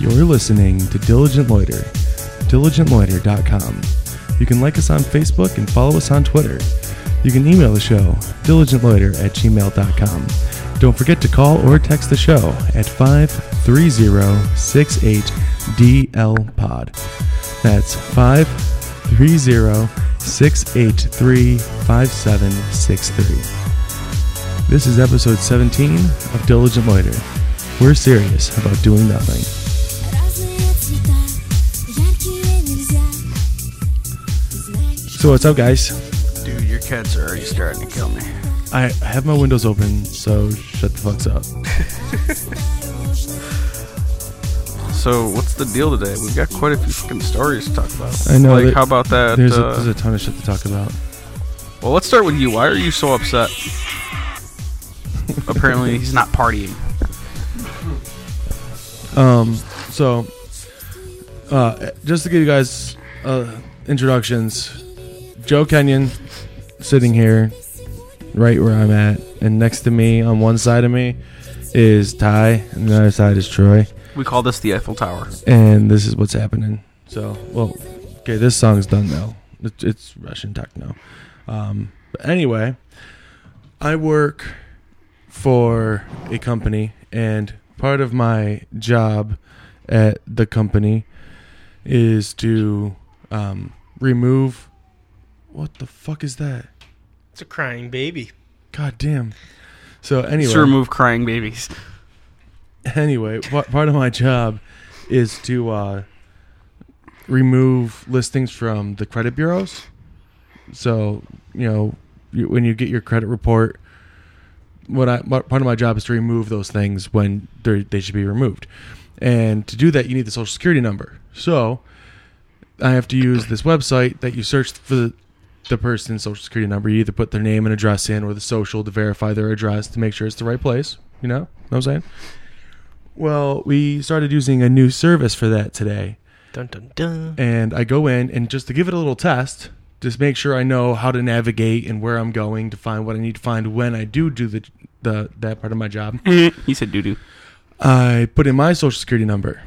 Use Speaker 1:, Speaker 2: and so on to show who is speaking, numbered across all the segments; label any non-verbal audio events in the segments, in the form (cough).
Speaker 1: You're listening to Diligent Loiter, diligentloiter.com. You can like us on Facebook and follow us on Twitter. You can email the show, diligentloiter at gmail.com. Don't forget to call or text the show at 53068DL Pod. That's 530-683-5763. This is episode 17 of Diligent Loiter. We're serious about doing nothing.
Speaker 2: Разные цвета, яркие нельзя. Знаешь,
Speaker 1: So what's up, guys?
Speaker 3: Dude, your cats are already starting to kill me.
Speaker 1: I have my windows open, so shut the fucks up.
Speaker 3: So what's the deal today? We've got quite a few fucking stories to talk about.
Speaker 1: I know,
Speaker 3: Like,
Speaker 1: there-
Speaker 3: how about that?
Speaker 1: There's,
Speaker 3: uh,
Speaker 1: a, there's a ton of shit to talk about.
Speaker 3: well, let's start with you. Why are you so upset? Apparently, he's not partying.
Speaker 1: So, uh, just to give you guys uh, introductions, Joe Kenyon sitting here, right where I'm at, and next to me, on one side of me, is Ty, and the other side is Troy,
Speaker 3: We call this the Eiffel Tower.
Speaker 1: and this is what's happening. So, well, okay, this song's done now. It's, it's Russian techno. Um, but anyway, I work for a company, and part of my job at the company is to um, remove. What the fuck is that?
Speaker 4: It's a crying baby.
Speaker 1: God damn. So anyway,
Speaker 3: To remove crying
Speaker 1: (laughs)
Speaker 3: babies.
Speaker 1: anyway, pa- part of my job is to uh, remove listings from the credit bureaus. So you know you, when you get your credit report, what I what, part of my job is to remove those things when they they should be removed, and to do that you need the social security number. So I have to use this website that you search for the, the person's social security number. You either put their name and address in, or the social to verify their address to make sure it's the right place. You know, know what I'm saying? Well, we started using a new service for that today.
Speaker 4: Dun dun dun.
Speaker 1: And I go in and just to give it a little test, just make sure I know how to navigate and where I'm going to find what I need to find when I do do the, the that part of my job.
Speaker 3: he said doo doo.
Speaker 1: I put in my social security number.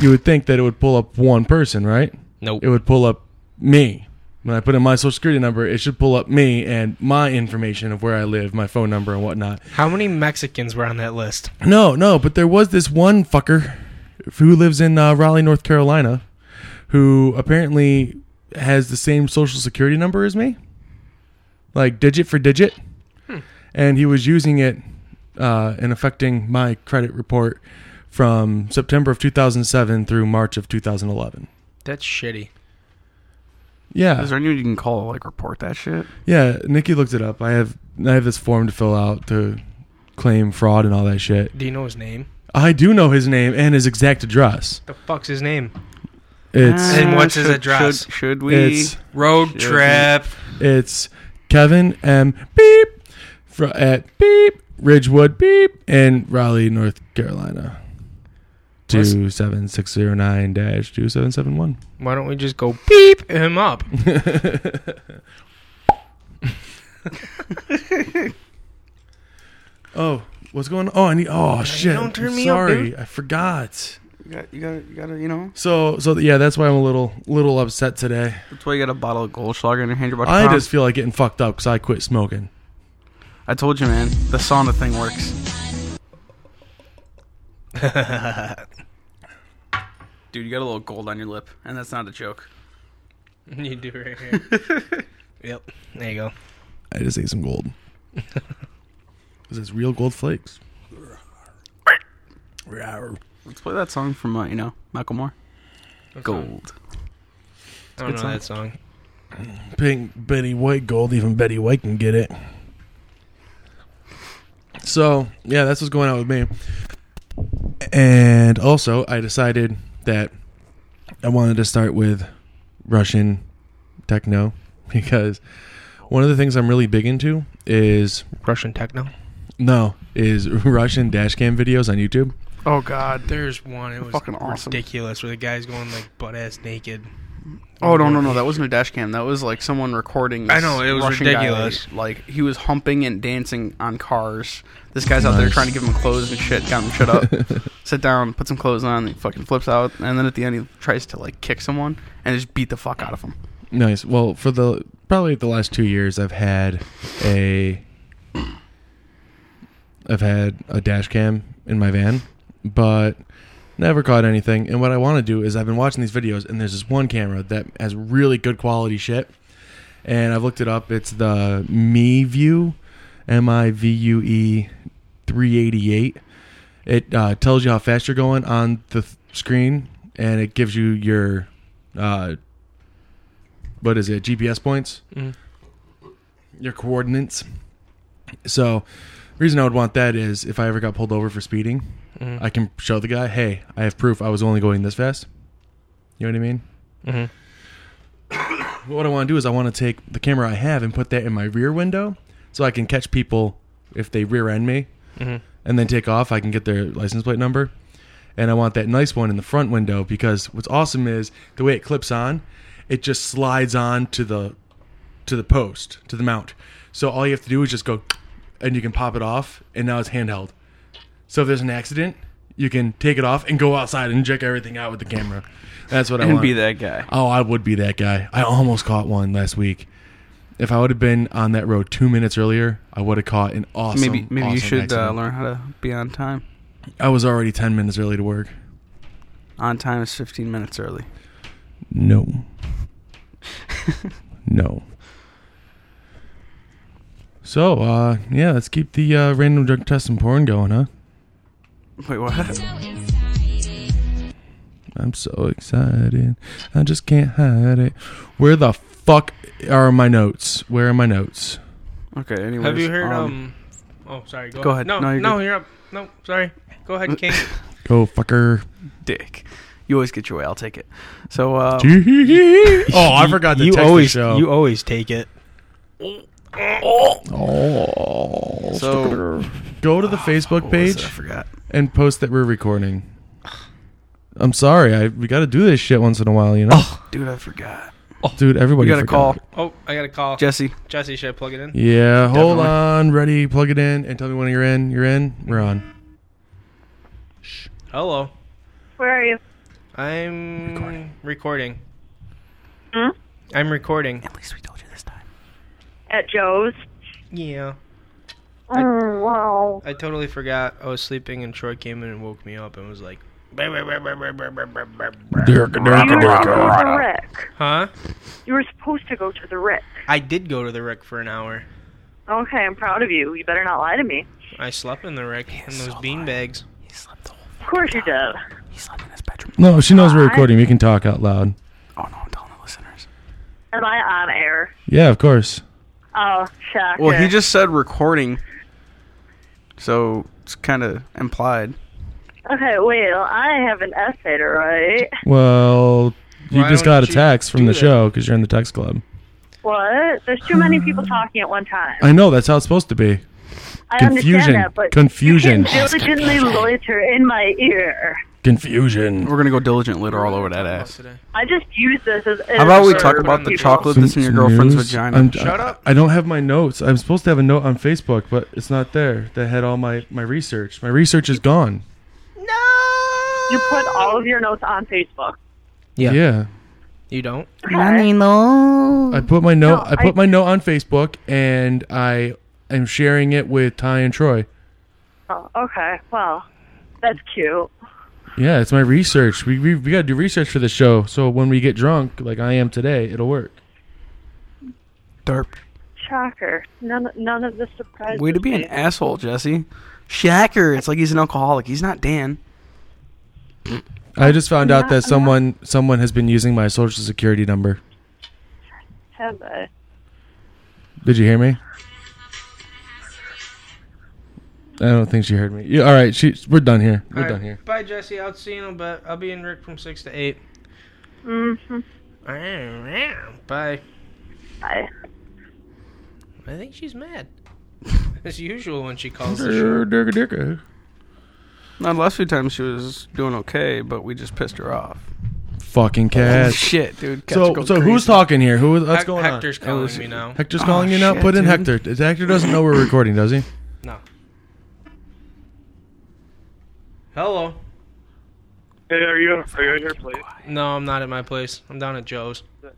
Speaker 1: You would think that it would pull up one person, right?
Speaker 4: Nope.
Speaker 1: It would pull up me. When I put in my social security number, it should pull up me and my information of where I live, my phone number and whatnot.
Speaker 4: How many Mexicans were on that list?
Speaker 1: No, no, but there was this one fucker who lives in uh, Raleigh, North Carolina, who apparently has the same social security number as me, like digit for digit, and he was using it uh, and affecting my credit report from September of 2007 through March of 2011.
Speaker 4: That's shitty.
Speaker 1: Yeah,
Speaker 3: Is there anyone you can call like report that shit?
Speaker 1: yeah. Nikki looked it up. I have I have this form to fill out to claim fraud and all that shit.
Speaker 4: Do you know his name?
Speaker 1: I do know his name and his exact address.
Speaker 4: The fuck's his name?
Speaker 1: It's
Speaker 5: Ah.
Speaker 4: And what's his
Speaker 3: Eh, should-
Speaker 4: address?
Speaker 3: Should, should we?
Speaker 1: It's
Speaker 3: Shit.
Speaker 4: Road trip.
Speaker 1: it's Kevin M. Beep fr- at Beep Ridgewood Beep in Raleigh, North Carolina.
Speaker 4: What's-
Speaker 1: Two seven six zero nine dash two seven seven one.
Speaker 4: Why don't we just go beep him (laughs) up?
Speaker 1: Oh, what's going? on? Oh, I need. Oh shit!
Speaker 4: don't turn
Speaker 1: I'm
Speaker 4: me up,
Speaker 1: sorry,
Speaker 4: dude.
Speaker 1: I forgot.
Speaker 3: You got, you got, you got to, you know.
Speaker 1: So, so yeah, that's why I'm a little, little upset today.
Speaker 3: That's why you got a bottle of Goldschlager in your hand. You're about to
Speaker 1: I
Speaker 3: prom.
Speaker 1: just feel like getting fucked up because I quit smoking.
Speaker 3: I told you, man. The sauna thing works. (laughs) Dude, you got a little gold on your lip, and that's not a joke.
Speaker 4: you do right here. (laughs) yep. There you go.
Speaker 1: I just ate some
Speaker 4: (laughs)
Speaker 1: gold. Is this real gold flakes?
Speaker 3: Let's play that song from, uh, you know, Michael Moore. Gold.
Speaker 4: I don't know
Speaker 3: Good song.
Speaker 4: that song.
Speaker 1: Pink Betty White gold. Even Betty White can get it. So yeah, that's what's going on with me. And also, I decided that I wanted to start with Russian techno (laughs) because one of the things I'm really big into is
Speaker 4: Russian techno.
Speaker 1: no is (laughs) Russian dashcam videos on YouTube.
Speaker 3: Oh, God.
Speaker 4: There's one. It was
Speaker 3: Fucking awesome.
Speaker 4: ridiculous where the guy's going like butt ass naked.
Speaker 5: Oh no no no! That wasn't a dash cam. That was like someone recording. This
Speaker 4: I know, it was
Speaker 5: Russian guy.
Speaker 4: ridiculous.
Speaker 5: Like he was humping and dancing on cars. This guy's out there trying to give him clothes and shit, got him shut up. Sit down, put some clothes on. He fucking flips out, and then at the end he tries to like kick someone and just beat the fuck out of him.
Speaker 1: Nice. Well, for the probably the last two years, I've had a I've had a dash cam in my van, but never caught anything. And what I want to do is I've been watching these videos, and there's this one camera that has really good quality shit. And I've looked it up. It's the Me View, M I V U E, three eighty eight. It uh, tells you how fast you're going on the th- screen, and it gives you your uh, what is it GPS points,
Speaker 4: Mhm.
Speaker 1: your coordinates. So, reason I would want that is if I ever got pulled over for speeding,
Speaker 4: Mhm.
Speaker 1: I can show the guy, hey, I have proof I was only going this fast. You know what I mean?
Speaker 4: Mhm.
Speaker 1: What I want to do is I want to take the camera I have and put that in my rear window so I can catch people if they rear end me
Speaker 3: Mm-hmm.
Speaker 4: Mhm.
Speaker 1: and then take off. I can get their license plate number. And I want that nice one in the front window because what's awesome is the way it clips on, it just slides on to the to the post, to the mount. So all you have to do is just go and you can pop it off and now it's handheld. So if there's an accident, you can take it off and go outside and check everything out with the camera. That's what I
Speaker 3: and
Speaker 1: want.
Speaker 3: be that guy.
Speaker 1: Oh, I would be that guy. I almost caught one last week. If I would have been on that road two minutes earlier, I would have caught an awesome.
Speaker 5: maybe maybe you
Speaker 1: awesome
Speaker 5: should uh,
Speaker 1: accident.
Speaker 5: learn how to be on time.
Speaker 1: I was already ten minutes early to work.
Speaker 5: On time is fifteen minutes early. (laughs)
Speaker 1: No. no. So, uh, yeah, let's keep the uh, random drug test and porn going, huh?
Speaker 5: Wait, what?
Speaker 1: I'm so excited. I just can't hide it. Where the fuck are my notes? Where are my notes?
Speaker 5: Okay. Anyways,
Speaker 4: Have you heard? Um, oh, sorry. Go,
Speaker 5: go ahead.
Speaker 4: No,
Speaker 5: No,
Speaker 4: no,
Speaker 5: you're
Speaker 4: you're,
Speaker 5: good.
Speaker 4: up. No, sorry. Go ahead, King.
Speaker 1: Go fucker.
Speaker 5: dick? You always get your way. I'll take it. So uh,
Speaker 1: (laughs) oh, I forgot to
Speaker 6: you
Speaker 1: text
Speaker 6: always,
Speaker 1: the show.
Speaker 6: You always take it.
Speaker 1: oh.
Speaker 5: so
Speaker 1: Go to the Facebook
Speaker 5: what was it?
Speaker 1: page
Speaker 5: I forgot.
Speaker 1: and post that we're recording. I'm sorry. I we got to do this shit once in a while, you know.
Speaker 5: Dude, I forgot.
Speaker 1: Dude,
Speaker 5: We
Speaker 1: everybody
Speaker 5: got a
Speaker 1: forgot.
Speaker 5: call.
Speaker 4: oh, I got a call.
Speaker 5: Jesse,
Speaker 4: Jesse, should I plug it in?
Speaker 1: Yeah, hold
Speaker 5: Definitely.
Speaker 1: on. Ready? Plug it in and tell me when you're in. You're in. We're on.
Speaker 4: Hello.
Speaker 7: Where are you?
Speaker 4: I'm recording.
Speaker 7: Hmm?
Speaker 4: I'm recording.
Speaker 5: at least we told you this time.
Speaker 7: At Joe's.
Speaker 4: Yeah.
Speaker 7: Oh, wow.
Speaker 4: I totally forgot. I was sleeping and Troy came in and woke me up and was like,
Speaker 7: You were supposed to go to the rec.
Speaker 4: huh?
Speaker 7: You were supposed to go to the rec.
Speaker 4: I did go to the rec for an hour.
Speaker 7: Okay, I'm proud of you. You better not lie to me.
Speaker 4: I slept in the rec in those bean bags.
Speaker 5: He slept the whole.
Speaker 7: Of course you did.
Speaker 5: He slept in his bedroom.
Speaker 1: No, she knows we're recording. We can talk out loud.
Speaker 5: Oh no, I'm telling the listeners.
Speaker 7: Am I on air?
Speaker 1: Yeah, of course.
Speaker 7: Oh, shocker.
Speaker 5: Well, he just said recording, so it's kind of implied.
Speaker 7: Okay, well, I have an essay to write.
Speaker 1: Well, you
Speaker 4: Why
Speaker 1: just
Speaker 4: don't
Speaker 1: got a
Speaker 4: you
Speaker 1: text from
Speaker 4: do
Speaker 1: the
Speaker 4: that?
Speaker 1: show because you're in the text club.
Speaker 7: What? There's too many people talking at one time.
Speaker 5: Uh,
Speaker 1: I know that's how it's supposed to be.
Speaker 7: I
Speaker 1: Confusion.
Speaker 7: understand that, but
Speaker 1: Confusion.
Speaker 7: you can diligently loiter in my ear.
Speaker 1: Confusion.
Speaker 5: We're gonna go diligent litter all over that ass.
Speaker 4: Today.
Speaker 7: I just use this as.
Speaker 5: How about we
Speaker 4: Sorry,
Speaker 5: talk
Speaker 4: put
Speaker 5: about
Speaker 4: on
Speaker 5: the
Speaker 4: the
Speaker 5: chocolate
Speaker 1: Some-
Speaker 5: that's in your
Speaker 1: some
Speaker 5: girlfriend's
Speaker 1: news?
Speaker 5: vagina?
Speaker 1: I'm-
Speaker 4: Shut
Speaker 1: I-
Speaker 4: up.
Speaker 1: I don't have my notes. I'm supposed to have a note on Facebook, but it's not there. That had all my my research. My research is gone.
Speaker 7: You put all of your notes on Facebook.
Speaker 6: Yeah.
Speaker 1: yeah.
Speaker 4: You don't?
Speaker 7: Okay.
Speaker 1: I put my note.
Speaker 7: No,
Speaker 1: I put
Speaker 7: I-
Speaker 1: my note on Facebook, and I am sharing it with Ty and Troy.
Speaker 7: Oh, okay. Well, that's cute.
Speaker 1: Yeah, it's my research. We we, we got to do research for the show. So when we get drunk, like I am today, it'll work.
Speaker 5: Derp.
Speaker 7: Shocker. None, none of this surprises
Speaker 5: Way to be an
Speaker 7: me.
Speaker 5: asshole, Jesse. Shacker. It's like he's an alcoholic. He's not Dan.
Speaker 1: I just found out
Speaker 7: not-
Speaker 1: that someone someone has been using my social security number.
Speaker 7: Have uh, I?
Speaker 1: Did you hear me? I don't think she heard me. Yeah, all right, she we're done here. We're
Speaker 4: All right.
Speaker 1: done here.
Speaker 4: Bye, Jesse. I'll see you in a bit. I'll be in rec from 6 to 8.
Speaker 7: Mm-hmm.
Speaker 4: Mm-hmm. Bye.
Speaker 7: Bye.
Speaker 4: I think she's mad. As usual when she calls the show.
Speaker 1: Durga-durga.
Speaker 5: Now, the last few times she was doing okay, but we just pissed her off.
Speaker 1: fucking cash.
Speaker 5: Shit, dude. Cats
Speaker 1: so
Speaker 5: go
Speaker 1: so who's
Speaker 5: crazy.
Speaker 1: talking here? Who what's
Speaker 4: Hec-
Speaker 1: going
Speaker 4: Hector's
Speaker 1: on?
Speaker 4: calling me now.
Speaker 1: Hector's
Speaker 5: Oh,
Speaker 1: calling you now.
Speaker 5: shit,
Speaker 1: Put in
Speaker 5: dude.
Speaker 1: Hector. Hector doesn't know we're recording, does he?
Speaker 4: No. Hello.
Speaker 6: Hey, are you are you at your place?
Speaker 4: No, I'm not at my place. I'm down at Joe's.
Speaker 6: Is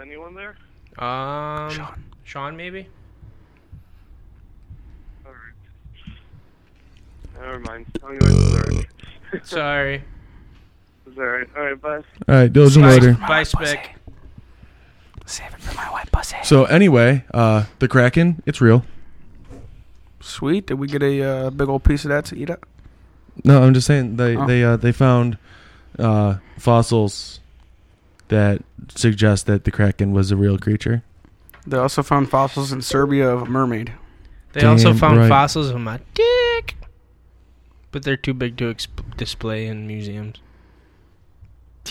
Speaker 6: anyone there?
Speaker 4: Um, Sean,
Speaker 5: Sean.
Speaker 4: maybe.
Speaker 6: All right. Never mind. I'm going to work.
Speaker 4: Sorry.
Speaker 6: It's all right. All right, bye.
Speaker 1: All right, diligent
Speaker 4: Bye,
Speaker 1: later.
Speaker 4: bye Spec.
Speaker 5: Save it for my white pussy.
Speaker 1: So anyway, uh, the Kraken, it's real.
Speaker 5: Sweet. Did we get a uh, big old piece of that to eat up?
Speaker 1: No, I'm just saying they
Speaker 5: Oh.
Speaker 1: they uh, they found uh, fossils that suggest that the Kraken was a real creature.
Speaker 5: They also found fossils in Serbia of a mermaid.
Speaker 4: They also
Speaker 1: Damn
Speaker 4: found
Speaker 1: right.
Speaker 4: fossils of my dick, but they're too big to exp- display in museums.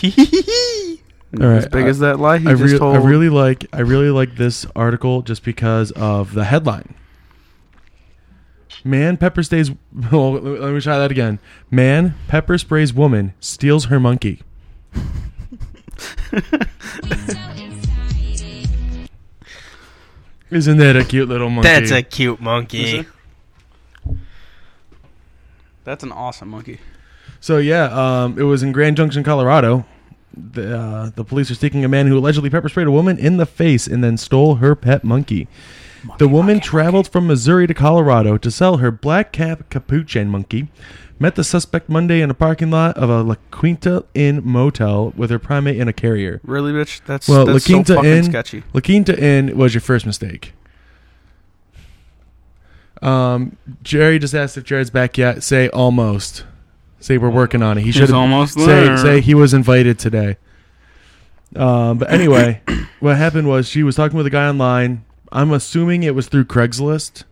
Speaker 5: Not
Speaker 1: All
Speaker 5: As
Speaker 1: right,
Speaker 5: big
Speaker 1: I-
Speaker 5: as that lie he
Speaker 1: I,
Speaker 5: just
Speaker 1: rea-
Speaker 5: told.
Speaker 1: I really like I really like this article just because of the headline. Man pepper stays. (laughs) Well, let me- let me try that again. Man pepper sprays woman steals her monkey. Isn't that a cute little monkey?
Speaker 4: cute monkey.
Speaker 5: That's an awesome monkey.
Speaker 1: So yeah, um, it was in Grand Junction, Colorado. The, uh, the police are seeking a man who allegedly pepper sprayed a woman in the face and then stole her pet monkey. the woman traveled from Missouri to Colorado to sell her black cap capuchin monkey. Met the suspect Monday in a parking lot of a La Quinta Inn motel with her primate in a carrier.
Speaker 5: Really, bitch? That's,
Speaker 1: Well,
Speaker 5: that's
Speaker 1: La
Speaker 5: so
Speaker 1: Quinta
Speaker 5: fucking
Speaker 1: Inn,
Speaker 5: sketchy.
Speaker 1: La Quinta Inn was your first mistake. Um, Jerry just asked if Jared's back yet. Say almost. Say we're working on it. He should have-
Speaker 5: almost
Speaker 1: say
Speaker 5: there.
Speaker 1: say he was invited today. Um, but
Speaker 5: (coughs)
Speaker 1: anyway, what happened was she was talking with a guy online. I'm assuming it was through Craigslist,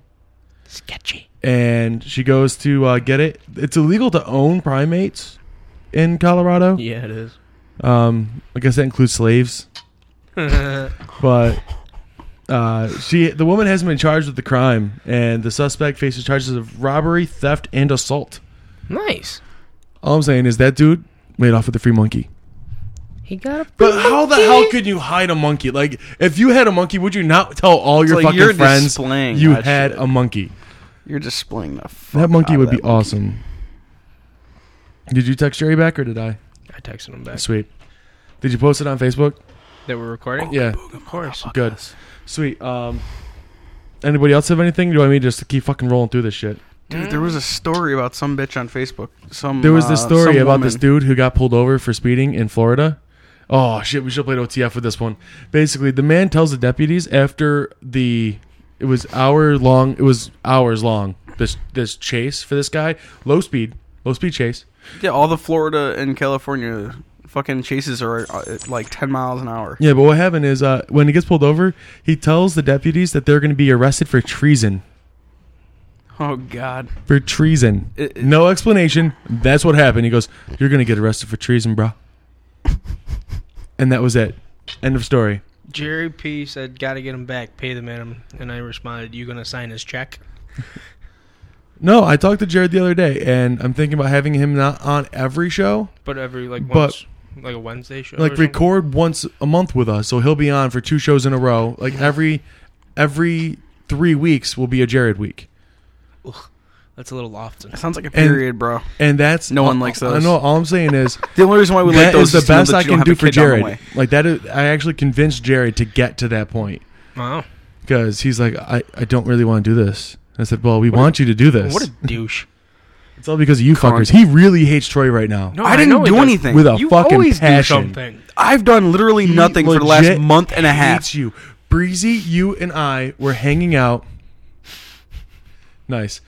Speaker 4: Sketchy.
Speaker 1: and she goes to uh, get it. It's illegal to own primates in Colorado.
Speaker 4: Yeah, it is.
Speaker 1: Um, I guess that includes slaves. but uh, she, the woman hasn't been charged with the crime, and the suspect faces charges of robbery, theft, and assault.
Speaker 4: (laughs) nice.
Speaker 1: All I'm saying is that dude made off with a free monkey.
Speaker 4: He got a.
Speaker 1: But how the hell could you hide a monkey? Like, if you had a monkey, would you not tell all your
Speaker 5: like
Speaker 1: fucking
Speaker 5: you're
Speaker 1: friends
Speaker 5: displaying
Speaker 1: you
Speaker 5: that
Speaker 1: had
Speaker 5: shit.
Speaker 1: a monkey?
Speaker 5: You're displaying the fuck
Speaker 1: That monkey
Speaker 5: out
Speaker 1: would
Speaker 5: of
Speaker 1: be
Speaker 5: that monkey.
Speaker 1: awesome. Did you text Jerry back or did I?
Speaker 4: I texted him back.
Speaker 1: Sweet. Did you post it on Facebook?
Speaker 4: They were recording.
Speaker 1: Yeah.
Speaker 4: of course.
Speaker 1: Good. Sweet. Um, anybody else have anything? Do I mean just to keep fucking rolling through this shit?
Speaker 5: Dude, there was a story about some bitch on Facebook. Some
Speaker 1: There was this
Speaker 5: uh,
Speaker 1: story
Speaker 5: some
Speaker 1: about this
Speaker 5: woman.
Speaker 1: dude who got pulled over for speeding in Florida. Oh shit, we should play OTF with this one. Basically, the man tells the deputies after the it was hour long, it was hours long. This this chase for this guy, low speed, low speed chase.
Speaker 5: Yeah, all the Florida and California fucking chases are uh, at like ten miles an hour.
Speaker 1: Yeah, but what happened is uh, when he gets pulled over, he tells the deputies that they're going to be arrested for treason.
Speaker 5: Oh God,
Speaker 1: For treason,
Speaker 5: It- it-
Speaker 1: no explanation. That's what happened. He goes, "You're going to get arrested for treason,
Speaker 5: (laughs)
Speaker 1: bro." and that was it. End of story.
Speaker 4: Jerry P said, "Gotta get him back. Pay the minimum." And I responded, "You gonna sign his check?"
Speaker 1: No, I talked to Jared the other day, and I'm thinking about having him not on every show,
Speaker 4: But every like
Speaker 1: But-
Speaker 4: once, like a Wednesday show. or
Speaker 1: like
Speaker 4: something?
Speaker 1: record once a month with us. So he'll be on for two shows in a row. Like every every three weeks will be a Jared week,
Speaker 4: That's a little often.
Speaker 5: that sounds like a period, bro.
Speaker 1: and that's
Speaker 5: No one likes
Speaker 1: I
Speaker 5: those.
Speaker 1: know. All I'm saying
Speaker 5: (laughs)
Speaker 1: is
Speaker 5: The only reason why we like
Speaker 1: that
Speaker 5: those
Speaker 1: is
Speaker 5: is
Speaker 1: the
Speaker 5: to know
Speaker 1: best
Speaker 5: that
Speaker 1: I
Speaker 5: you don't
Speaker 1: can
Speaker 5: have
Speaker 1: do
Speaker 5: a
Speaker 1: for
Speaker 5: kid down the
Speaker 1: Jared.
Speaker 5: way.
Speaker 1: Like that, is, I actually convinced Jared to get to that point
Speaker 4: Wow.
Speaker 1: because he's like, I, I don't really want to do this. I said, well, we want you to do this. (laughs)
Speaker 4: What a douche.
Speaker 1: it's all because of you
Speaker 5: Con-
Speaker 1: fuckers. He really hates Troy right now.
Speaker 4: No,
Speaker 5: Oh, I
Speaker 4: know
Speaker 5: didn't
Speaker 4: he
Speaker 5: do
Speaker 4: does.
Speaker 5: anything.
Speaker 1: With a fucking
Speaker 4: always
Speaker 1: passion.
Speaker 4: do something.
Speaker 5: I've done literally
Speaker 1: He
Speaker 5: nothing for the
Speaker 1: legit
Speaker 5: last month and a half.
Speaker 1: Hates you, Breezy. You and I were hanging out. Nice,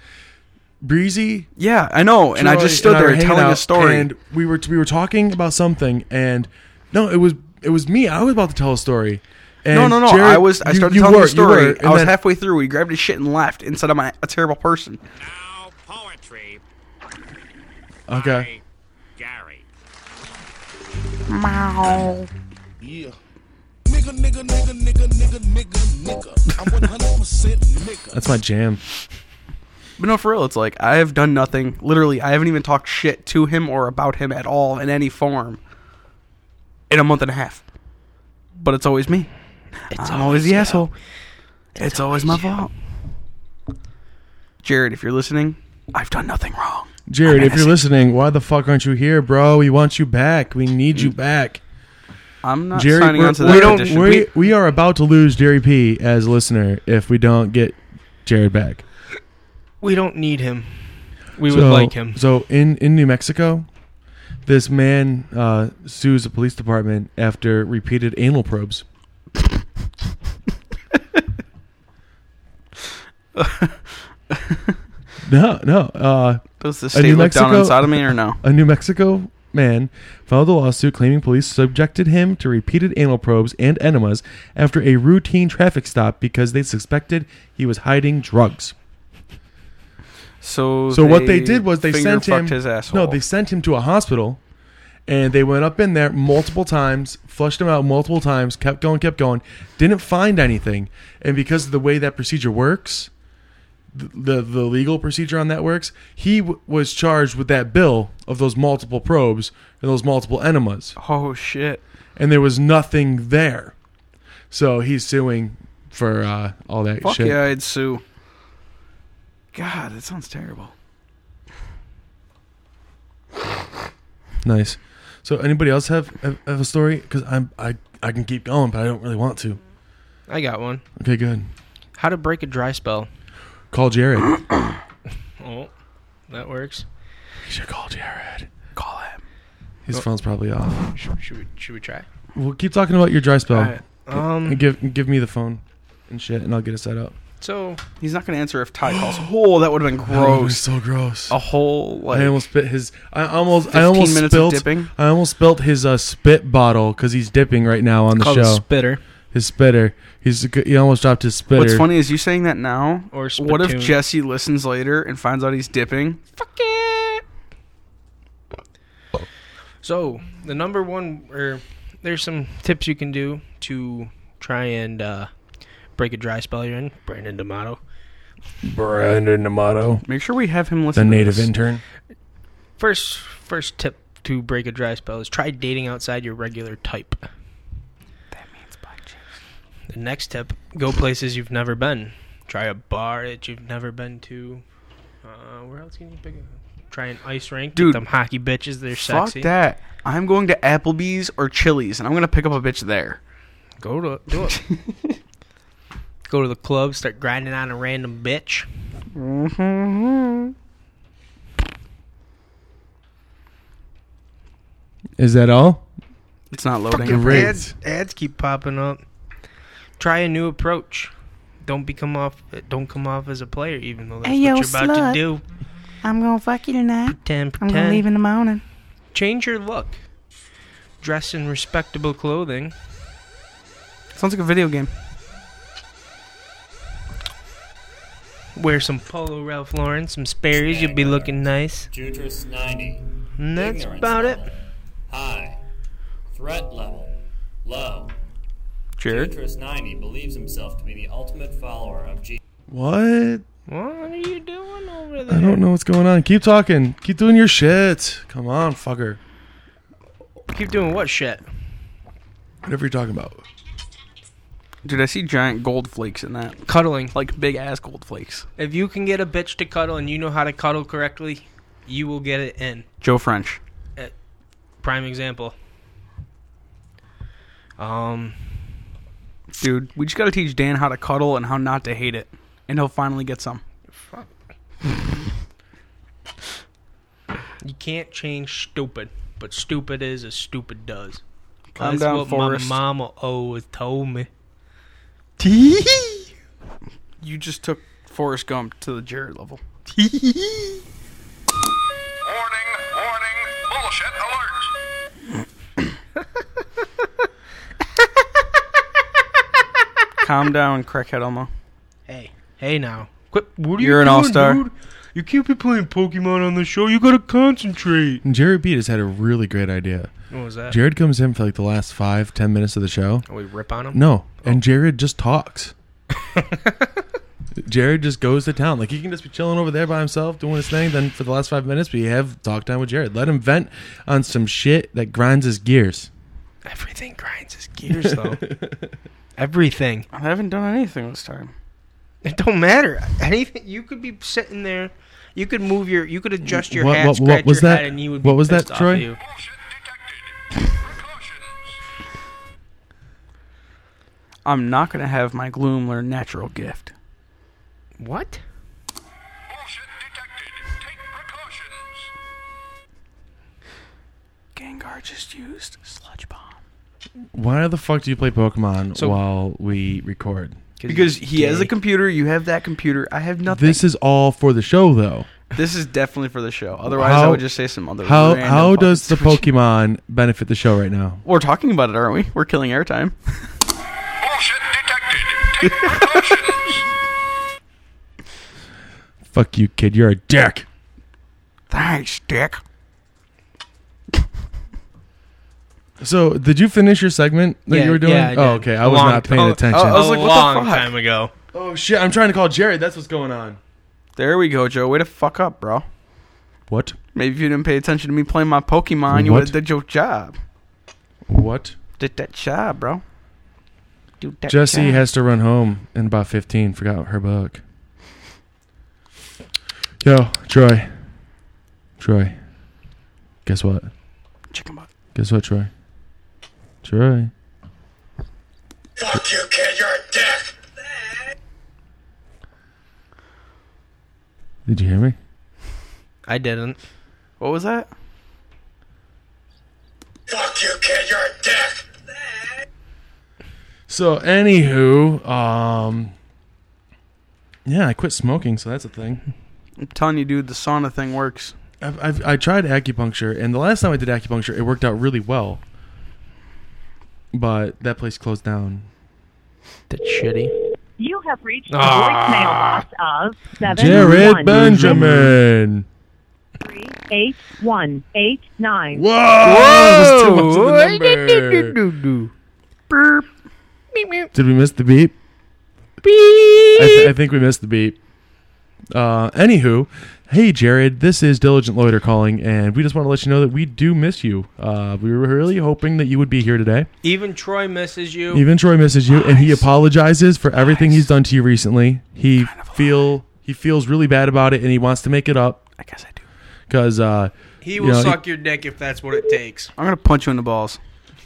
Speaker 1: Breezy.
Speaker 5: Yeah, I know. And I
Speaker 1: Troy,
Speaker 5: just stood
Speaker 1: were
Speaker 5: there
Speaker 1: hanging
Speaker 5: telling
Speaker 1: out,
Speaker 5: a story.
Speaker 1: and we were we were talking about something, and no, it was it was me. I was about to tell a story. And
Speaker 5: no, no, no.
Speaker 1: Jared-
Speaker 5: I was. I
Speaker 1: you-
Speaker 5: started
Speaker 1: you
Speaker 5: telling
Speaker 1: were,
Speaker 5: a story.
Speaker 1: You were, and
Speaker 5: I was
Speaker 1: then-
Speaker 5: halfway through. He grabbed his shit and left and said, "I'm a, a terrible person."
Speaker 8: Now, poetry
Speaker 1: Okay.
Speaker 8: Gary.
Speaker 1: That's my jam.
Speaker 5: But no, for real, it's like I have done nothing. Literally, I haven't even talked shit to him or about him at all in any form. in a month and a half. But it's always me. I'm always the asshole. It's, always, my fault. Jared, if you're listening, I've done nothing wrong.
Speaker 1: Jared,
Speaker 5: I'm
Speaker 1: if you're
Speaker 5: innocent.
Speaker 1: listening, why the fuck aren't you here, bro? We want you back. We need you back.
Speaker 5: I'm not
Speaker 1: Jerry,
Speaker 5: signing
Speaker 1: we're-
Speaker 5: on to
Speaker 1: we
Speaker 5: that
Speaker 1: don't-
Speaker 5: petition.
Speaker 1: We, we are about to lose Jerry P as a listener if we don't get Jared back.
Speaker 4: We don't need him. We
Speaker 1: So-
Speaker 4: would like him.
Speaker 1: So in in New Mexico, this man uh, sues the police department after repeated anal probes. no, no. Uh,
Speaker 5: Does the
Speaker 1: New
Speaker 5: state look down
Speaker 1: Mexico-
Speaker 5: on sodomy
Speaker 1: (laughs)
Speaker 5: or no?
Speaker 1: a New Mexico man filed a lawsuit claiming police subjected him to repeated anal probes and enemas after a routine traffic stop because they suspected he was hiding drugs.
Speaker 5: So,
Speaker 1: So what they did was they
Speaker 5: finger
Speaker 1: sent him
Speaker 5: fucked his asshole.
Speaker 1: No, they sent him to a hospital, and they went up in there multiple times, flushed him out multiple times, kept going, kept going, didn't find anything, and because of the way that procedure works, th- the the legal procedure on that works, he w- was charged with that bill of those multiple probes and those multiple enemas,
Speaker 5: oh shit!
Speaker 1: and there was nothing there, so he's suing for uh, all that
Speaker 5: Fuck
Speaker 1: shit.
Speaker 5: yeah, I'd sue. God, that sounds terrible.
Speaker 1: Nice. So anybody else have have, have a story? Because I'm I I can keep going, but I don't really want to.
Speaker 4: I got one.
Speaker 1: Okay, good.
Speaker 4: How to break a dry spell.
Speaker 1: Call (coughs) Jared.
Speaker 4: Oh, that works.
Speaker 1: you should call Jared.
Speaker 5: Call him.
Speaker 1: His phone's probably off.
Speaker 4: Should, should we? Should we try?
Speaker 1: We'll keep talking about your dry spell.
Speaker 5: Alright.
Speaker 1: And
Speaker 4: Um.
Speaker 1: Give give me the phone and shit, and I'll get it set up.
Speaker 4: So
Speaker 5: He's not gonna answer if Ty
Speaker 1: (gasps)
Speaker 5: calls. Oh, that would have been
Speaker 1: Oh, it's
Speaker 5: gross.
Speaker 1: so gross.
Speaker 5: A whole like.
Speaker 1: I almost spit his. I almost. I
Speaker 5: 15
Speaker 1: almost
Speaker 5: minutes of
Speaker 1: spilt.
Speaker 5: dipping?
Speaker 1: I almost spilt his uh, spit bottle because he's dipping right now on the
Speaker 4: called
Speaker 1: show.
Speaker 4: a spitter.
Speaker 1: his spitter. He's. He almost dropped his spitter.
Speaker 5: What's funny is you saying that now.
Speaker 4: Or
Speaker 5: what if
Speaker 4: spittoon.
Speaker 5: Jesse listens later and finds out he's dipping? Fuck it.
Speaker 4: So the number one, or there's some tips you can do to try and uh, break a dry spell you're in. Brandon D'Amato.
Speaker 1: Brandon D'Amato,
Speaker 5: Make sure we have him
Speaker 1: the
Speaker 5: listen. to
Speaker 1: native
Speaker 5: this.
Speaker 1: intern.
Speaker 4: First, first tip to break a dry spell is try dating outside your regular type. That means butt The next tip: go places you've never been. Try a bar that you've never been to. Uh, where else can you pick? A, try an ice rink.
Speaker 5: Dude,
Speaker 4: Dude, them hockey bitches. They're
Speaker 5: Fuck
Speaker 4: sexy.
Speaker 5: that. I'm going to Applebee's or Chili's, and I'm gonna pick up a bitch there.
Speaker 4: Go to do it. (laughs) Go to the club, start grinding on a random bitch.
Speaker 1: Is that all?
Speaker 5: It's not loading.
Speaker 1: Great.
Speaker 4: Ads, ads keep popping up. Try a new approach. Don't become off. Don't come off as a player, even though that's
Speaker 9: Hey,
Speaker 4: what
Speaker 9: yo,
Speaker 4: you're about
Speaker 9: slut.
Speaker 4: to do.
Speaker 9: I'm gonna fuck you tonight.
Speaker 4: Pretend,
Speaker 9: I'm gonna
Speaker 4: pretend.
Speaker 9: leave in the morning.
Speaker 4: Change your look. Dress in respectable clothing.
Speaker 5: (laughs) Sounds like a video game.
Speaker 4: Wear some polo Ralph Lauren, some Sperry's. You'll be looking nice.
Speaker 8: Judris 90.
Speaker 4: And that's
Speaker 8: Ignorance
Speaker 4: about it.
Speaker 8: level. High. Threat level. Low.
Speaker 5: Jared.
Speaker 8: Judris 90 believes himself to be the ultimate follower of Jesus.
Speaker 1: What?
Speaker 4: What are you doing over there?
Speaker 1: I don't know what's going on. Keep talking. Keep doing your shit. Come on, fucker.
Speaker 4: Keep doing what shit?
Speaker 1: Whatever you're talking about.
Speaker 5: Dude, I see giant gold flakes in that.
Speaker 4: Cuddling.
Speaker 5: Like big ass gold flakes.
Speaker 4: If you can get a bitch to cuddle and you know how to cuddle correctly, you will get it in.
Speaker 5: Joe French.
Speaker 4: Prime example. Um,
Speaker 5: Dude, we just gotta teach Dan how to cuddle and how not to hate it. And he'll finally get some.
Speaker 4: you can't change stupid, but stupid is as stupid does.
Speaker 5: Calm
Speaker 4: That's
Speaker 5: down,
Speaker 4: what
Speaker 5: Forrest.
Speaker 4: my mama always told me.
Speaker 5: You just took Forrest Gump to the Jared level.
Speaker 10: Warning, warning, bullshit alert.
Speaker 5: (laughs) Calm down, crackhead Elmo.
Speaker 4: Hey, hey now, quit! What are
Speaker 5: You're
Speaker 4: you
Speaker 5: an
Speaker 4: doing,
Speaker 5: all-star.
Speaker 4: dude? You can't be playing Pokemon on the show. You gotta concentrate.
Speaker 1: And Jared Beat has had a really great idea.
Speaker 4: What was that?
Speaker 1: Jared comes in for like the last five, ten minutes of the show.
Speaker 4: Are we rip on him?
Speaker 1: No. And Jared just talks. (laughs) Jared just goes to town. Like he can just be chilling over there by himself doing his thing. Then for the last five minutes, we have talk time with Jared. Let him vent on some shit that grinds his gears.
Speaker 4: Everything grinds his gears
Speaker 5: (laughs)
Speaker 4: though. Everything.
Speaker 5: I haven't done anything this time.
Speaker 4: It don't matter. Anything you could be sitting there, you could move your, you could adjust your
Speaker 1: What-
Speaker 4: hat,
Speaker 1: what-
Speaker 4: scratch
Speaker 1: what was
Speaker 4: your
Speaker 1: that?
Speaker 4: head, and you would.
Speaker 1: What
Speaker 4: be
Speaker 1: was that,
Speaker 4: pissed off
Speaker 1: Troy?
Speaker 4: at you.
Speaker 10: Bullshit detected. Precautions.
Speaker 5: I'm not gonna have my Gloomler natural gift.
Speaker 4: What?
Speaker 10: Bullshit detected. Take precautions.
Speaker 5: Gengar just used Sludge Bomb.
Speaker 1: Why the fuck do you play Pokemon
Speaker 4: So-
Speaker 1: while we record?
Speaker 5: Because he has
Speaker 4: gay.
Speaker 5: a computer, you have that computer. I have nothing.
Speaker 1: This is all for the show, though.
Speaker 5: This is definitely for the show. Otherwise, I
Speaker 1: How-
Speaker 5: would just say some other.
Speaker 1: How
Speaker 5: random
Speaker 1: how does the
Speaker 5: fucking-
Speaker 1: Pokemon benefit the show right now?
Speaker 5: We're talking about it, aren't we? We're killing airtime.
Speaker 10: Bullshit detected. Take precautions.
Speaker 1: Fuck you, kid. You're a dick.
Speaker 5: Thanks, Dick.
Speaker 1: So, did you finish your segment that
Speaker 4: Yeah,
Speaker 1: you were doing?
Speaker 4: yeah, I
Speaker 1: oh,
Speaker 4: did.
Speaker 1: okay. I was
Speaker 4: Long-
Speaker 1: not paying
Speaker 4: oh,
Speaker 1: attention.
Speaker 5: I
Speaker 4: A
Speaker 1: Oh,
Speaker 5: oh. was like, what the
Speaker 4: long
Speaker 5: fuck?
Speaker 4: time ago.
Speaker 1: shit! I'm trying to call Jared. That's what's going on.
Speaker 5: There we go, Joe. Way to fuck up, bro.
Speaker 1: What?
Speaker 5: Maybe if you didn't pay attention to me playing my Pokemon, you
Speaker 1: What?
Speaker 5: would have did your job.
Speaker 1: What?
Speaker 5: Did that job, bro. Do that
Speaker 1: Jesse
Speaker 5: job.
Speaker 1: has to run home in about 15. Forgot her book. Yo, Troy. Troy. Guess what?
Speaker 5: chicken butt.
Speaker 1: Guess what, Troy? Troy.
Speaker 10: Fuck you, kid. You're a dick.
Speaker 1: Did you hear me?
Speaker 4: I didn't.
Speaker 5: What was that?
Speaker 10: Fuck you, kid. You're a dick.
Speaker 1: So, anywho, um, yeah, I quit smoking, so that's a thing.
Speaker 5: I'm telling you, dude, the sauna thing works.
Speaker 1: I've, I've, I tried acupuncture, and the last time I did acupuncture, it worked out really well. But that place closed down.
Speaker 4: That's shitty.
Speaker 7: You have reached the voicemail box of seven
Speaker 1: Jared
Speaker 7: one
Speaker 1: Benjamin.
Speaker 7: three eight one eight nine.
Speaker 1: Whoa! That's too much of a number.
Speaker 4: Oh,
Speaker 5: Burp.
Speaker 1: Did we miss the beep? Beep. I, th- I think we missed the beep. Uh, anywho, hey Jared, this is Diligent Loiter calling, and we just want to let you know that we do miss you. Uh, we were really hoping that you would be here today.
Speaker 4: Even Troy misses you.
Speaker 1: Even Troy misses you, and he apologizes for everything he's done to you recently. He feel he feels really bad about it, and he wants to make it up
Speaker 5: I guess I do.
Speaker 1: because uh,
Speaker 4: he
Speaker 1: you
Speaker 4: will
Speaker 1: know,
Speaker 4: suck your dick if that's what it takes.
Speaker 5: I'm gonna punch you in the balls.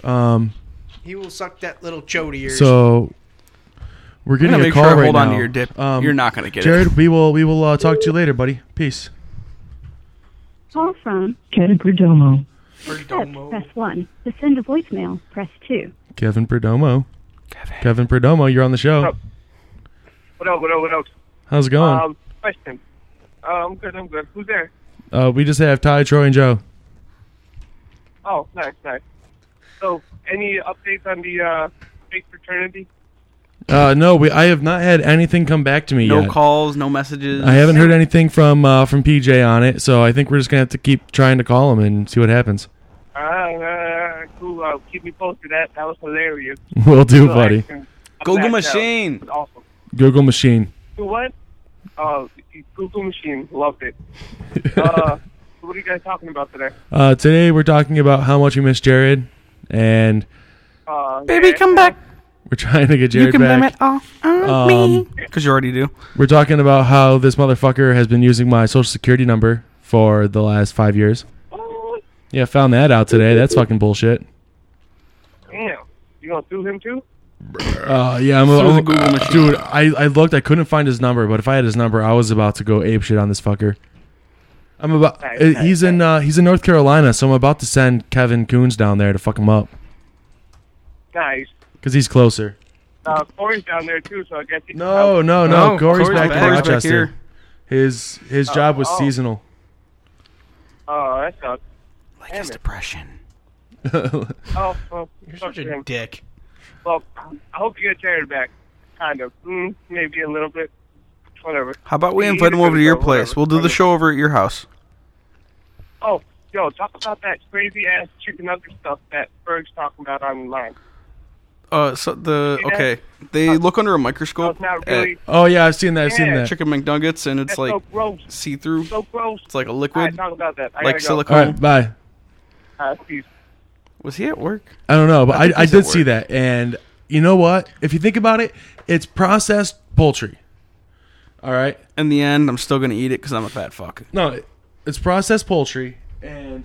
Speaker 1: um.
Speaker 4: He will suck that little chode of yours.
Speaker 1: So we're
Speaker 5: I'm
Speaker 1: getting
Speaker 5: gonna
Speaker 1: a
Speaker 5: make
Speaker 1: call
Speaker 5: sure I
Speaker 1: right
Speaker 5: hold on
Speaker 1: now.
Speaker 5: to your dip.
Speaker 1: Um,
Speaker 5: You're not gonna get it.
Speaker 1: Jared, we will we will uh, talk to you later, buddy. Peace.
Speaker 11: Call from Kevin Perdomo.
Speaker 4: Perdomo.
Speaker 11: Press 1. To send a voicemail, press 2.
Speaker 1: Kevin Perdomo. Kevin. Perdomo, you're on the show.
Speaker 6: What's What up? What up? What up?
Speaker 1: How's it going?
Speaker 6: Um, question. Uh, I'm good. I'm good. Who's there?
Speaker 1: uh, we just have Ty, Troy, and Joe.
Speaker 6: Oh, nice, nice. So, any updates on the uh, fake fraternity?
Speaker 1: Uh, no, we I have not had anything come back to me
Speaker 5: No
Speaker 1: yet.
Speaker 5: calls, no messages.
Speaker 1: I haven't heard anything from uh, from PJ on it, so I think we're just gonna have to keep trying to call him and see what happens. (laughs)
Speaker 6: Uh, uh, cool. Uh, keep me posted. That that was hilarious.
Speaker 1: We'll do,
Speaker 6: So
Speaker 1: buddy.
Speaker 6: action.
Speaker 5: Google
Speaker 6: That- that
Speaker 5: machine.
Speaker 6: was Awesome.
Speaker 1: Google machine.
Speaker 6: You know what? Uh, Google machine loved it. Uh, what are you guys talking about today?
Speaker 1: Uh, today we're talking about how much we miss Jared, and
Speaker 6: Uh,
Speaker 5: Baby,
Speaker 6: yeah.
Speaker 5: come back.
Speaker 1: we're (laughs) trying to get Jared
Speaker 5: you can blame
Speaker 1: back.
Speaker 5: it all on
Speaker 1: Um,
Speaker 5: oh, me. Because you already do.
Speaker 1: We're talking about how this motherfucker has been using my social security number for the last five years.
Speaker 6: Oh,
Speaker 1: Yeah, found that out today. That's fucking bullshit.
Speaker 6: Damn. You gonna sue him too?
Speaker 1: Uh, yeah, I'm
Speaker 5: Through
Speaker 1: a,
Speaker 5: the Google machine.
Speaker 1: dude. I, I looked, I couldn't find his number, but if I had his number, I was about to go ape shit on this fucker. I'm about.
Speaker 6: Nice,
Speaker 1: uh,
Speaker 6: nice,
Speaker 1: he's in uh, he's in North Carolina, so I'm about to send Kevin Coons down there to fuck him up
Speaker 6: Nice.
Speaker 1: because he's closer.
Speaker 6: Uh, Corey's down there too, so I guess he can
Speaker 1: No,
Speaker 6: help.
Speaker 1: no, no.
Speaker 4: No,
Speaker 1: Corey's,
Speaker 4: Corey's
Speaker 1: back,
Speaker 4: back.
Speaker 1: in
Speaker 4: Corey's
Speaker 5: Oh, back
Speaker 1: Rochester.
Speaker 5: here.
Speaker 1: His his job was
Speaker 6: oh.
Speaker 1: seasonal. (laughs)
Speaker 6: Oh, that sucks.
Speaker 5: Like
Speaker 6: Damn
Speaker 5: his
Speaker 6: it.
Speaker 5: depression.
Speaker 6: Oh, well,
Speaker 4: You're
Speaker 6: fuck
Speaker 4: such a
Speaker 6: him.
Speaker 4: dick.
Speaker 6: Well, I hope you get Jared back. Kind of. Mm, maybe a little bit. Whatever.
Speaker 5: How about we
Speaker 6: Yeah,
Speaker 5: invite him over to your
Speaker 6: whatever,
Speaker 5: place? We'll do the
Speaker 6: whatever.
Speaker 5: show over at your house.
Speaker 6: Oh, yo, talk about that crazy ass chicken other stuff that Berg's talking about online.
Speaker 5: Uh, so the
Speaker 6: See that?
Speaker 5: okay, they look under a
Speaker 6: So
Speaker 5: microscope
Speaker 6: uh, it's not
Speaker 5: at
Speaker 6: really.
Speaker 1: Oh yeah, I've seen that. I've seen
Speaker 6: Yeah.
Speaker 1: that.
Speaker 5: chicken McNuggets, and it's
Speaker 6: That's
Speaker 5: like
Speaker 6: so gross.
Speaker 5: see through.
Speaker 6: So gross.
Speaker 5: It's like a
Speaker 6: I
Speaker 5: liquid.
Speaker 6: talk about that. I
Speaker 5: like
Speaker 6: gotta go.
Speaker 5: silicone.
Speaker 1: All right, bye.
Speaker 6: Uh, peace.
Speaker 5: Was he at work?
Speaker 1: I don't know, but
Speaker 5: I think
Speaker 1: I, I,
Speaker 5: he's at
Speaker 1: did see
Speaker 5: work.
Speaker 1: that. And you know what? If you think about it, it's processed poultry. All right.
Speaker 5: In the end, I'm still gonna eat it because I'm a fat fuck.
Speaker 1: No, it- it's processed poultry, and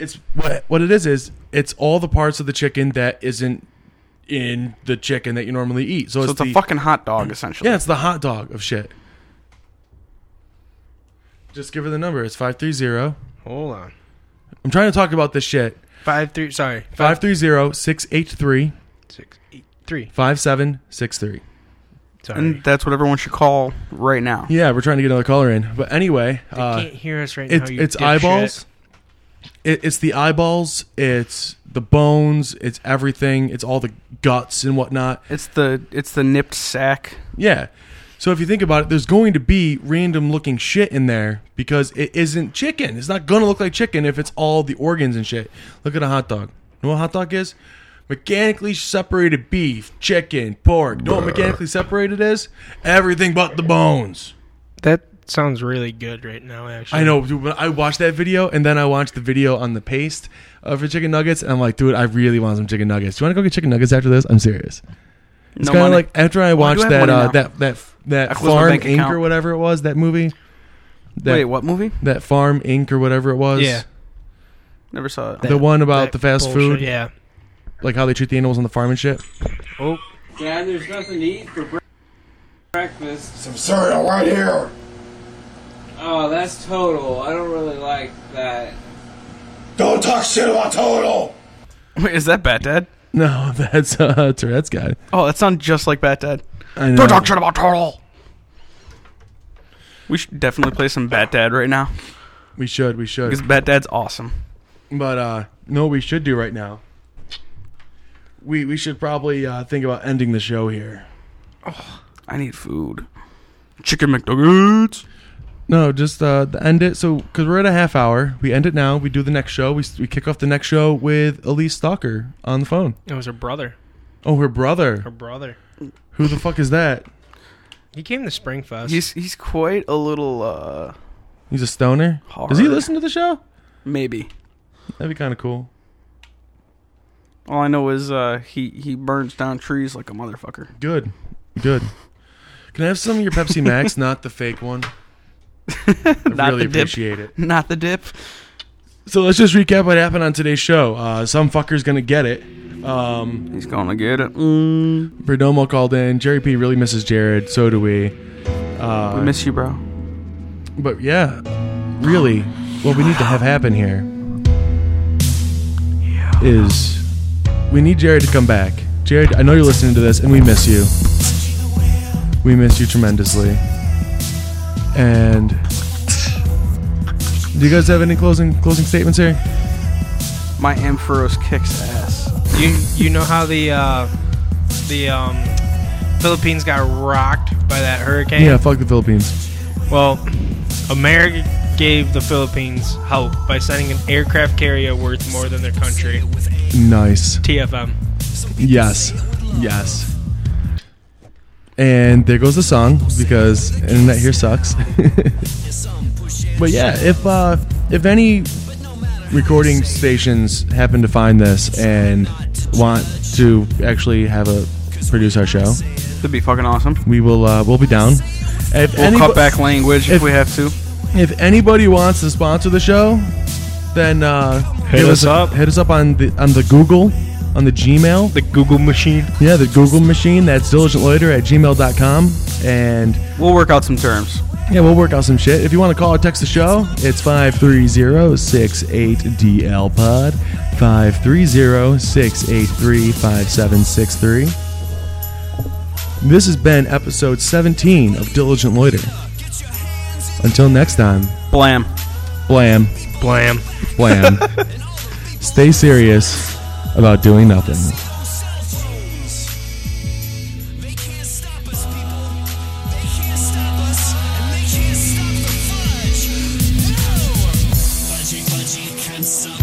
Speaker 1: it's what what it is is it's all the parts of the chicken that isn't in the chicken that you normally eat. So,
Speaker 5: So
Speaker 1: it's,
Speaker 5: it's a
Speaker 1: the-
Speaker 5: fucking hot dog, essentially.
Speaker 1: yeah, it's the hot dog of shit. Just give her the number. It's five three zero.
Speaker 4: Hold on.
Speaker 1: I'm trying to talk about this shit.
Speaker 4: Five three. Sorry.
Speaker 1: Five three zero six eight three
Speaker 4: six eight three.
Speaker 1: five seven six three.
Speaker 4: Sorry.
Speaker 5: And that's what everyone should call right now.
Speaker 1: Yeah, we're trying to get another caller in. But anyway, uh,
Speaker 4: can't hear us right
Speaker 1: it's,
Speaker 4: now, you
Speaker 1: It's
Speaker 4: dipshit.
Speaker 1: eyeballs. It, it's the eyeballs. It's the bones. It's everything. It's all the guts and whatnot.
Speaker 5: It's the it's the nipped sack.
Speaker 1: Yeah. So if you think about it, there's going to be random looking shit in there because it isn't chicken. It's not gonna look like chicken if it's all the organs and shit. Look at a hot dog. You know what a hot dog is? Mechanically separated beef, chicken, pork. You know what mechanically separated is? Everything but the bones.
Speaker 4: That sounds really good right now. Actually,
Speaker 1: I know, dude. But I watched that video, and then I watched the video on the paste uh, for chicken nuggets, and I'm like, dude, I really want some chicken nuggets. Do you want to go get chicken nuggets after this? I'm serious. It's
Speaker 5: No
Speaker 1: kind of
Speaker 5: money.
Speaker 1: like after I
Speaker 5: Oh, I do
Speaker 1: watched
Speaker 5: have
Speaker 1: that,
Speaker 5: money
Speaker 1: uh,
Speaker 5: now.
Speaker 1: that that that
Speaker 5: I closed my
Speaker 1: Farm
Speaker 5: bank
Speaker 1: Inc.
Speaker 5: account.
Speaker 1: or whatever it was that movie. That,
Speaker 5: Wait, what movie?
Speaker 1: That Farm Inc. or whatever it was.
Speaker 4: Yeah.
Speaker 5: Never saw it.
Speaker 1: The one about
Speaker 4: That
Speaker 1: the fast
Speaker 4: bullshit,
Speaker 1: food.
Speaker 4: Yeah.
Speaker 1: Like how they treat the animals on the farm and shit.
Speaker 4: Oh,
Speaker 12: Dad, there's nothing to eat for breakfast. Some
Speaker 10: cereal right here.
Speaker 12: Oh, that's total. I don't really like that.
Speaker 10: Don't talk shit about Total.
Speaker 5: Wait, is that Bat Dad?
Speaker 1: No, (laughs) that's uh, Tourette's guy.
Speaker 5: Oh, that sounds just like Bat Dad.
Speaker 1: I know.
Speaker 5: Don't talk shit about Turtle. We should definitely play some Bat Dad right now
Speaker 1: We should. We should.
Speaker 5: because Bat Dad's awesome.
Speaker 1: But uh no, we should do right now. We we should probably uh, think about ending the show here.
Speaker 5: I need food. Chicken McNuggets.
Speaker 1: No, just uh the end it. So because we're at a half hour, we end it now. We do the next show. We s- we kick off the next show with Elise Stalker on the phone.
Speaker 4: it was her brother.
Speaker 1: Oh, her brother.
Speaker 4: Her brother.
Speaker 1: Who the fuck is that?
Speaker 4: He came to Springfest.
Speaker 5: He's he's quite a little uh
Speaker 1: He's a stoner. Does he
Speaker 5: Hard.
Speaker 1: listen to the show?
Speaker 5: maybe.
Speaker 1: That'd be kind of cool.
Speaker 5: All I know is uh he he burns down trees like a motherfucker.
Speaker 1: Good, good. Can I have some of your Pepsi
Speaker 5: (laughs)
Speaker 1: Max, not the fake one? I
Speaker 5: (laughs) Not
Speaker 1: really
Speaker 5: the dip.
Speaker 1: appreciate it.
Speaker 5: (laughs) Not the dip.
Speaker 1: So let's just recap what happened on today's show. Uh, some fucker's gonna get it. Um,
Speaker 5: He's gonna get it. Mm.
Speaker 1: Verdomo called in. Jerry P really misses Jared. So do we.
Speaker 5: We
Speaker 1: Uh,
Speaker 5: miss you, bro.
Speaker 1: but yeah, really, what we need to have happen here is we need Jared to come back. Jared, I know you're listening to this, and we miss you. We miss you tremendously. And do you guys have any closing closing statements here?
Speaker 5: My Ampharos kicks ass.
Speaker 4: You you know how the uh, the um, Philippines got rocked by that hurricane?
Speaker 1: Yeah, fuck the Philippines.
Speaker 4: Well, America gave the Philippines help by sending an aircraft carrier worth more than their country.
Speaker 1: Nice.
Speaker 4: TFM.
Speaker 1: Yes. Yes. And there goes the song because internet here sucks. (laughs) but yeah, if uh, if any recording stations happen to find this and want to actually have a produce our show,
Speaker 5: That'd be fucking awesome.
Speaker 1: we will uh, we'll be down. If
Speaker 5: We'll
Speaker 1: anybo-
Speaker 5: cut back language if,
Speaker 1: if-
Speaker 5: we have to.
Speaker 1: If anybody wants to sponsor the show, then uh,
Speaker 4: Hit
Speaker 1: give
Speaker 4: us
Speaker 1: a-
Speaker 4: up.
Speaker 1: Hit us up on the on the Google, on the Gmail.
Speaker 4: The Google machine.
Speaker 1: Yeah, the Google machine. That's diligentloiter at gmail.com. And
Speaker 5: We'll work out some terms.
Speaker 1: yeah, we'll work out some shit. If you want to call or text the show, it's 530-68DL pod. 530-683-5763. This has been episode 17 of Diligent Loiter. Until next time,
Speaker 5: Blam.
Speaker 1: blam,
Speaker 4: Blam.
Speaker 1: blam. Stay serious about doing nothing.
Speaker 10: Can't stop.